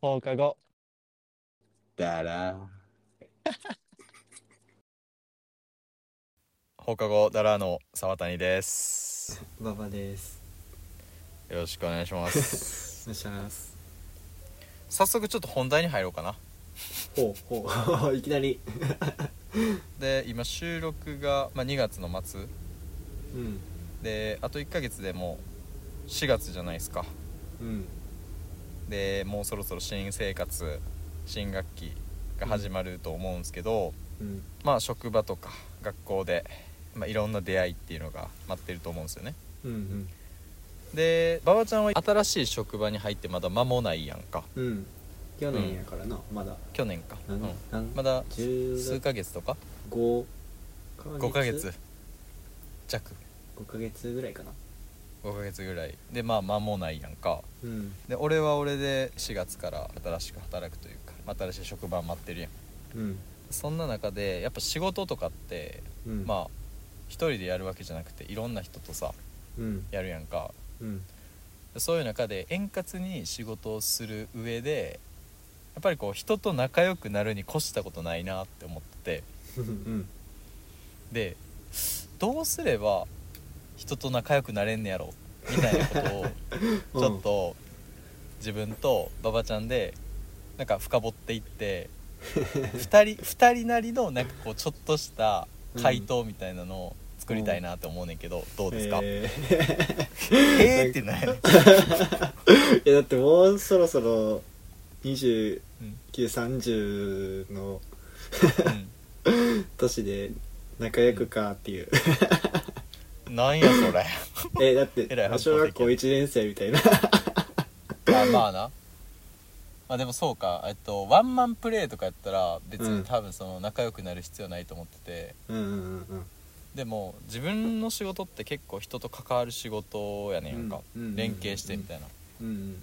放課後。だら 放課後ダラーの沢谷です馬場ですよろしくお願いしますお願いします早速ちょっと本題に入ろうかなほうほう いきなりで今収録が、まあ、2月の末うんであと1ヶ月でもう4月じゃないですかうんでもうそろそろ新生活新学期が始まると思うんですけど、うんまあ職場とか学校で、まあ、いろんな出会いっていうのが待ってると思うんですよねうんで馬場ちゃんは新しい職場に入ってまだ間もないやんかうんうん去年やからな、まだ去年か、う何、んん、何まだ数10ヶ月とか5 5ヶ月弱5ヶ月ぐらいかな5ヶ月ぐらいでまあ間もないやんかうんで俺は俺で4月から新しく働くというかまあ新しい職場待ってるやんうんそんな中でやっぱ仕事とかって、うんまあ一人でやるわけじゃなくていろんな人とさうんやるやんかうんでそういう中で円滑に仕事をする上でやっぱりこう人と仲良くなるに越したことないなって思っててうんでどうすれば人と仲良くなれんねやろみたいなことをちょっと自分と馬場ちゃんでなんか深掘っていって2人二人なりのなんかこうちょっとした回答みたいなのを作りたいなって思うねんけど、どうですか、ええー、えーってなんやねんー いやだってもうそろそろ2930うんうの年で仲良くかっ ていうん、なんやそれえだってえらい反抗的小学校1年生みたいなあまあなまあでもそうかえっとワンマンプレーとかやったら別に多分その仲良くなる必要ないと思ってて、うんうんうんうんでも自分の仕事って結構人と関わる仕事やねんやんか、うんうんうんうん連携してみたいなうんうん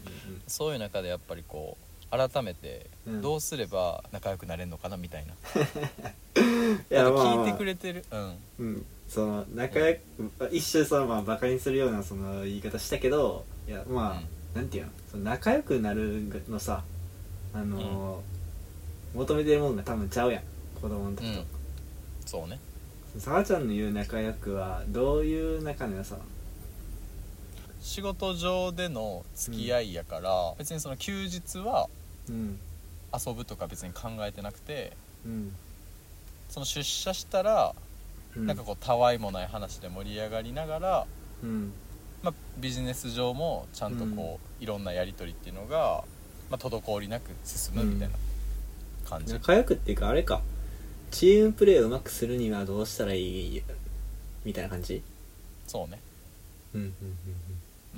そういう中でやっぱりこう改めてうんどうすれば仲良くなれるのかなみたいな、いやなんまかあ、聞まいあてくれてる、うんうんその仲良く一瞬そのまあバカにするようなその言い方したけどいやまあ、なんていうのその仲良くなるのさあのー求めてるもんが多分ちゃうやん子供の時とうん、そうねさわちゃんの言う仲良くはどういう仲の良さなの仕事上での付き合いやから、別にその休日はうん遊ぶとか別に考えてなくてうんその出社したらうんなんかこうたわいもない話で盛り上がりながら、うんまあ、ビジネス上もちゃんとこう、いろんなやり取りっていうのが、まあ、滞りなく進むみたいな感じ、仲良くっていうかあれかチームプレーをうまくするにはどうしたらいいみたいな感じそうね、うんうんうん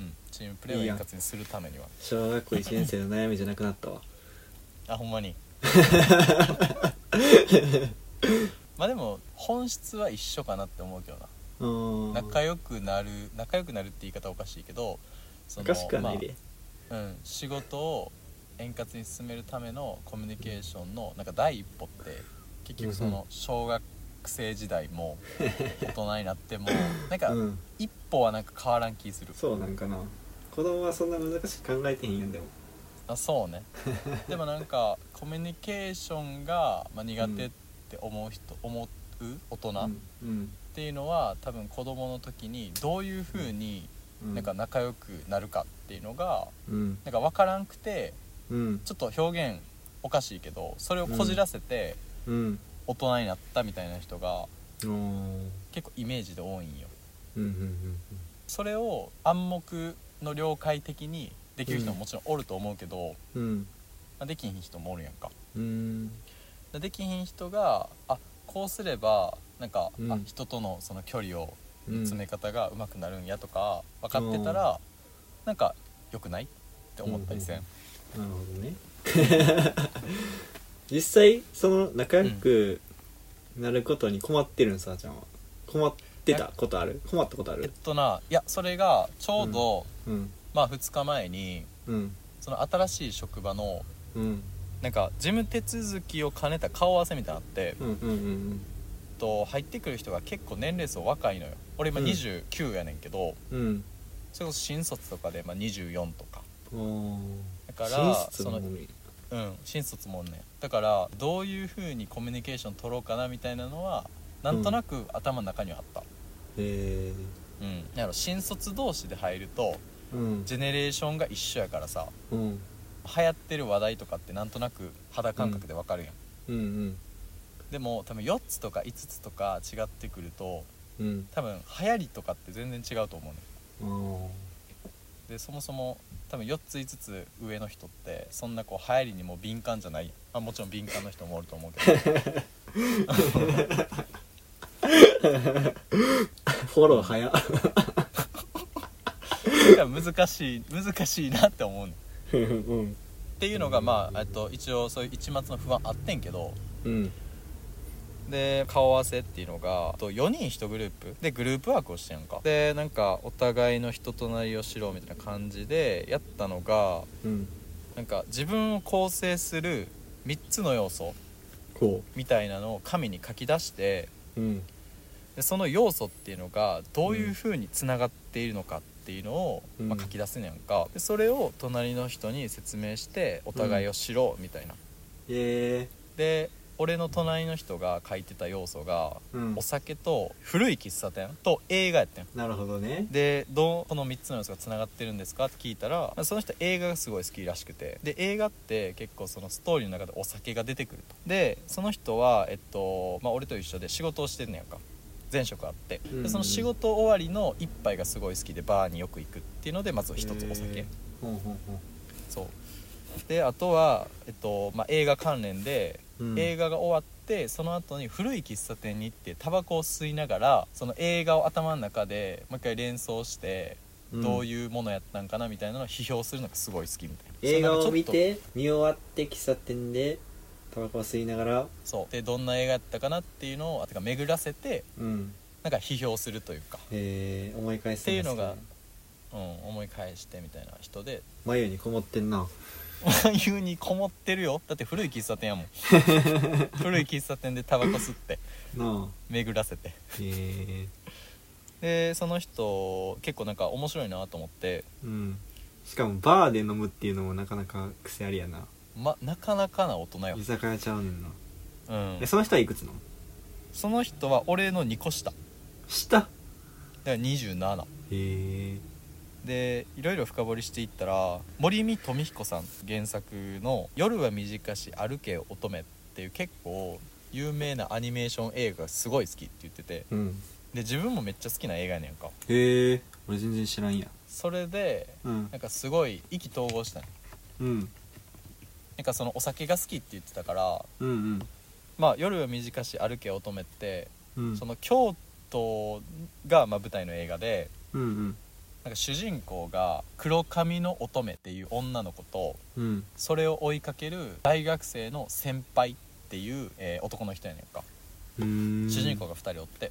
うんうん、チームプレーを円滑にするためには小学校1年生の悩みじゃなくなったわあほんま にまあでも本質は一緒かなって思うけどな、うん仲良くなる仲良くなるって言い方おかしいけどそおかしくはないで、まあうん、仕事を円滑に進めるためのコミュニケーションのなんか第一歩って結局そうんうの小学生時代 も大人になってもなんうかん一歩はなんか変わらん気する、そうなんかな子供はそんな難しく考えてへんやんでもあそう ねでもなんかコミュニケーションが、まあ、苦手って思う人、思う大人っうんうんていうのは多分子どもの時にどういうふうにうんなんか仲良くなるかっていうのがうんなんか分からんくてうんちょっと表現おかしいけどそれをこじらせてうん大人になったみたいな人がおーうん結構イメージで多いんようんうんそれを暗黙の了解的にできる人ももちろんおると思うけど、まうんあできひん人もおるやんかうんでできひん人があこうすればなんか、うんあ人とのその距離をうん詰め方がうまくなるんやとか分かってたら、なんか良くないって思ったりせん、うんなるほどね 実際その仲良くなることに困ってるんさあちゃんは困ってたことある困ったことあえっるとないやそれがちょうど、うんまあ2日前にうんその新しい職場のうんなんか事務手続きを兼ねた顔合わせみたいなのあって、うんうんうんえっと入ってくる人が結構年齢層若いのよ俺今うん29やねんけど、うんそれこそ新卒とかで、まあ、24とかうんおーだから寝室そののみうん新卒もおんねんだからどういうふうにコミュニケーション取ろうかなみたいなのはなんとなく頭の中にはあった、えうんなんやろ新卒同士で入るとー、うんジェネレーションが一緒やからさうん流行ってる話題とかってなんとなく肌感覚でわかるやん、うんうんでも多分4つとか5つとか違ってくるとうん多分流行りとかって全然違うと思うねあーんでそもそも多分4つ5つ上の人ってそんなこう流行りにも敏感じゃない、まあ、もちろん敏感な人もおると思うけどフォロー早っだから難しい難しいなって思うねんっうんていうのがまあえっと一応そういう一末の不安あってんけどうんで顔合わせっていうのがあと4人1グループでグループワークをしてんかでなんかお互いの人となりを知ろうみたいな感じでやったのがうんなんか自分を構成する3つの要素こみたいなのを紙に書き出してううんでその要素っていうのがどういうふうにつながっているのかっていうのを、うんまあ、書き出すねやんかでそれを隣の人に説明してお互いを知ろうみたいな、えで俺の隣の人が書いてた要素がー、うんお酒と古い喫茶店と映画やってんなるほどねでどうこの3つの要素がつながってるんですかって聞いたらまあその人映画がすごい好きらしくてで映画って結構そのストーリーの中でお酒が出てくるとでその人は、えっとまあ、俺と一緒で仕事をしてんねやんか前職あってうんでその仕事終わりの一杯がすごい好きでバーによく行くっていうのでまず一つお酒、えーほんほんそうであとは、えっとまあ、映画関連でほんうん映画が終わってその後に古い喫茶店に行ってタバコを吸いながらその映画を頭の中でもう一回連想してどううんいうものやったんかなみたいなのを批評するのがすごい好きみたいな映画を見それなんかちょっとて見終わって喫茶店でタバコを吸いながらそうでどんな映画やったかなっていうのをあてか巡らせてうんなんか批評するというか、えー、思い返すっていうのがうん、思い返してみたいな人で 眉にこもってんな言うにこもってるよだって古い喫茶店やも ん古い喫茶店でタバコ吸ってなあ巡らせてえでその人結構なんか面白いなと思ってー、うんしかもバーで飲むっていうのもなかなか癖ありやなま、なかなかな大人よ居、酒屋ちゃうねんなうんえ、その人はいくつのその人は俺の2個下だか下ら27へえでいろいろ深掘りしていったら森見富彦さん原作の「夜は短し歩け乙女」っていう結構有名なアニメーション映画がすごい好きって言っててうんで自分もめっちゃ好きな映画やねんかへえ俺全然知らんやそれでうんなんかすごい意気投合したねうんなんかそのお酒が好きって言ってたからうんうんまあ夜は短し歩け乙女ってうんその京都がまあ舞台の映画でうんうんなんか主人公が黒髪の乙女っていう女の子とうんそれを追いかける大学生の先輩っていう、えー男の人やねんか、うーん主人公が2人おって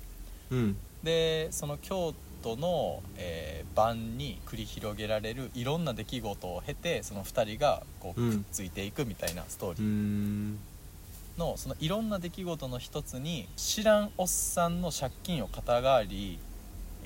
うんでその京都の、えー晩に繰り広げられるいろんな出来事を経てその2人がこううんくっついていくみたいなストーうーリんーのそのいろんな出来事の一つに知らんおっさんの借金を肩代わり、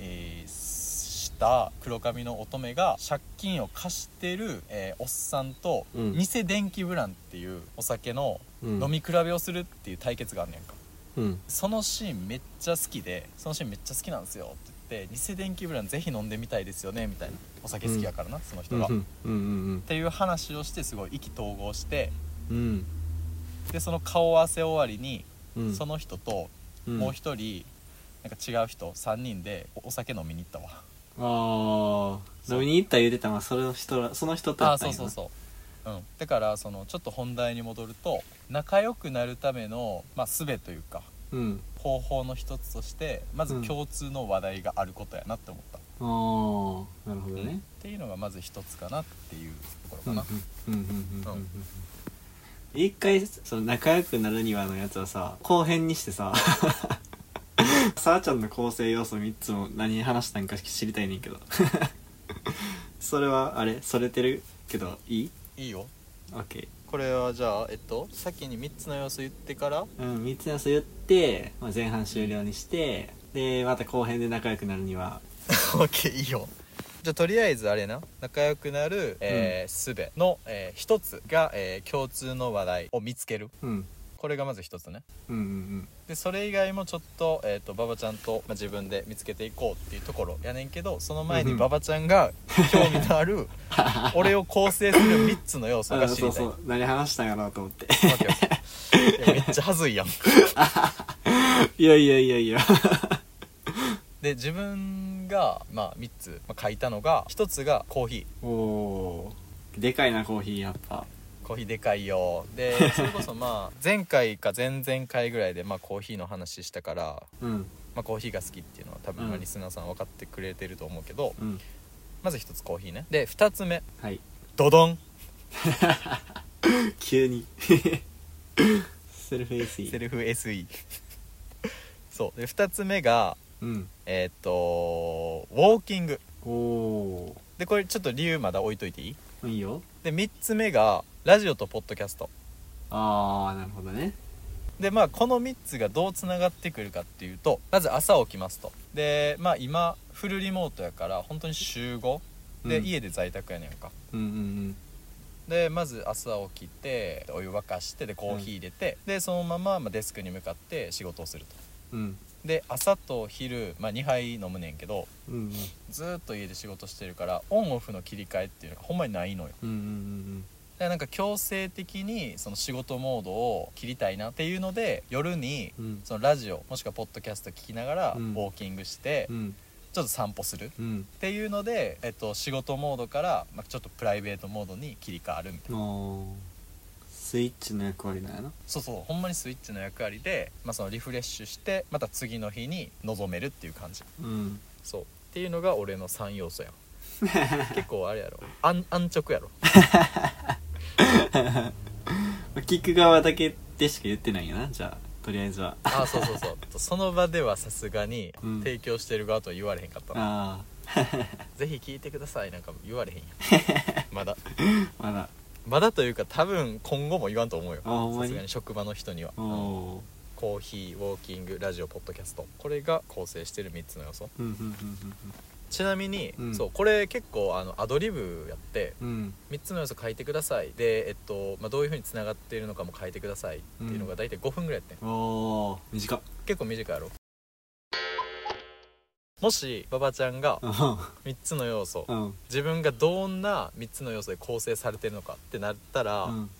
えーした黒髪の乙女が借金を貸してる、えーおっさんとうん偽電気ブランっていうお酒のうん飲み比べをするっていう対決があんねんかうんそのシーンめっちゃ好きでそのシーンめっちゃ好きなんですよって言って偽電気ブランぜひ飲んでみたいですよねみたいなお酒好きやからな、そのう人んが、うっんうんていう話をしてすごい意気投合してうんうんでその顔合わせ終わりに、うんその人とうんもう一人、なんか違う人3人でおお酒飲みに行ったわああ飲みに行った言うてたのはその人らその人とやあったんそうやなそうそう、うん、だからそのちょっと本題に戻ると仲良くなるための、まあ、術というかうん方法の一つとしてまず共通の話題があることやなって思った、あーなるほどうんっねていうのがまず一つかなっていうとこうろんうかんな、うんうんうんうんううんん一回その仲良くなるにはのやつはさ後編にしてささあちゃんの構成要素3つも何話したんか知りたいねんけどそれはあれそれてるけどいいいいよ ?OK これはじゃあえっと先に3つの様子言って からうん3つのやつ言って、まあ、前半終了にしてでまた後編で仲良くなるには OK いいよじゃあとりあえずあれな仲良くなる、えーすべの、えー一つが、えー共通の話題を見つけるうんこれがまず一つねうんうんでそれ以外もちょっと,、えー、とババちゃんと、まあ、自分で見つけていこうっていうところやねんけどその前うにんババちゃんが興味のあ る俺を構成する3つの要素あがー知そうりたいそわう何話したんやろうと思ってけよいやめっちゃはずいやんいやいやいやいやで自分が、まあ、3つ、まあ、書いたのが1つがコーヒおおーでかいなコーヒーやっぱーコーヒーでかいよでそれこそまあ前回か前々回ぐらいで、まあ、コーヒーの話したから、うんまあ、コーヒーが好きっていうのは多分、まあうんリスナーさん分かってくれてると思うけどうんまず1つコーヒーねで2つ目はいドドン 急に セルフエイシセールフ SE そうで2つ目がうんえーっとウォーキングおおでこれちょっと理由まだ置いといていいーいいよで3つ目がラジオとポッドキャストああなるほどねでまあこの3つがどうつながってくるかっていうとまず朝起きますとでまあ今フルリモートやから本当に週5で、うん家で在宅やねんかうんうんでまず朝起きてお湯沸かしてでコーヒー入れて、でそのまままあデスクに向かって仕事をするとうんうんで朝と昼、まあ、2杯飲むねんけどうんうんずーっと家で仕事してるからオンオフの切り替えっていうのがほんまにないのよだかうんうんらなんか強制的にその仕事モードを切りたいなっていうので夜にうんうんそのラジオもしくはポッドキャスト聞きながらウうんォーキングしてうんちょっと散歩するっうんていうので、えっと、仕事モードから、まあ、ちょっとプライベートモードに切り替わるみたいなおースイッチの役割なんやなそうそうほんまにスイッチの役割で、まあ、そのリフレッシュしてまた次の日に臨めるっていう感じうんそうっていうのが俺の3要素 やん結構あれやろあん安直やろ聞く側だけでしか言ってないんやなじゃあとりあえずはあそうそうそうその場ではさすがにうん提供してる側とは言われへんかったな、あぜひ聞いてくださいなんか言わ れへんやんまだあまだまだというか多分今後も言わんと思うよあほんさまにすがに職場の人にはおおコーヒーウォーキングラジオポッドキャストこれが構成してる3つの要素うんうんちなみに、うんそうこれ結構あのアドリブやってうんうん3つの要素書いてくださいで、えっとまあ、どういうふうにつながっているのかも書いてくださいっていうのが大体5分ぐらいやってんうんおお短っ 結構短いやろもし馬場ちゃんがう3つの要素んうん自分がどんな3つの要素で構成されてるのかってなったら、うん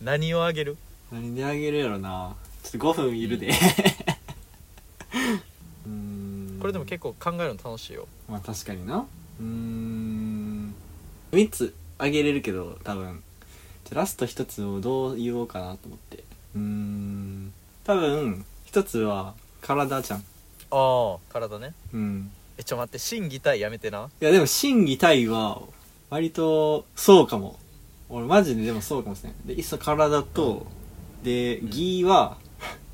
何をあげる何であげるやろなちょっと5分いるで うーんこれでも結構考えるの楽しいよまあ確かになうーん3つあげれるけど多分じゃあラスト1つをどう言おうかなと思ってうーん多分1つは体じゃんああ体ねうんえちょ待って心技体やめてないやでも心技体は割とそうかも俺マジででもそうかもしれないでいっそ体とでん義は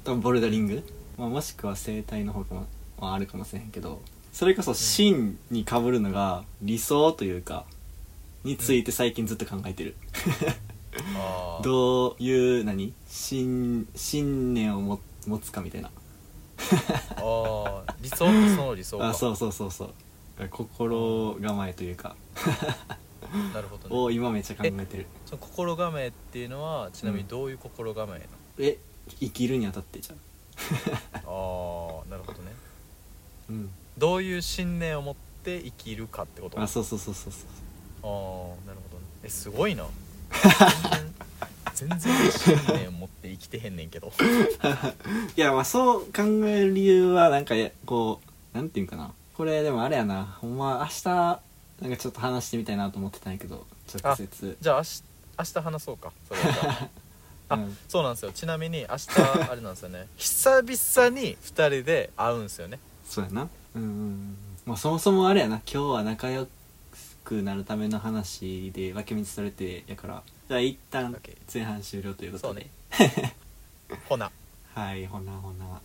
多分ボルダリング、まあ、もしくは整体の方かも、まあ、あるかもしれへんけどそれこそ心にかぶるのが理想というかについて最近ずっと考えてる、あーどういう何信信念をも持つかみたいなあー理想とその理想かあそうそうそうそう心構えというかなるほどねを今めっちゃ考えてるその心構えっていうのはちなみにどういう心構えなの、え生きるにあたってじゃんああなるほどねうんどういう信念を持って生きるかってことあそうそうそうそうそうああなるほどねえすごい な全然全然信念を持って生きてへんねんけどいやまあそう考える理由はなんかやこうなんていうんかなこれでもあれやなほんま明日なんかちょっと話してみたいなと思ってたんやけど直接じゃあ明日明日話そうかそれはじゃああうんそうなんですよちなみに明日あれなんですよね久々に2人で会うんですよねそうやなうんうんうんまあそもそもあれやな今日は仲良くなるための話で分け道されてやからじゃあ一旦 OK 前半終了ということでそうねほなはいほなほな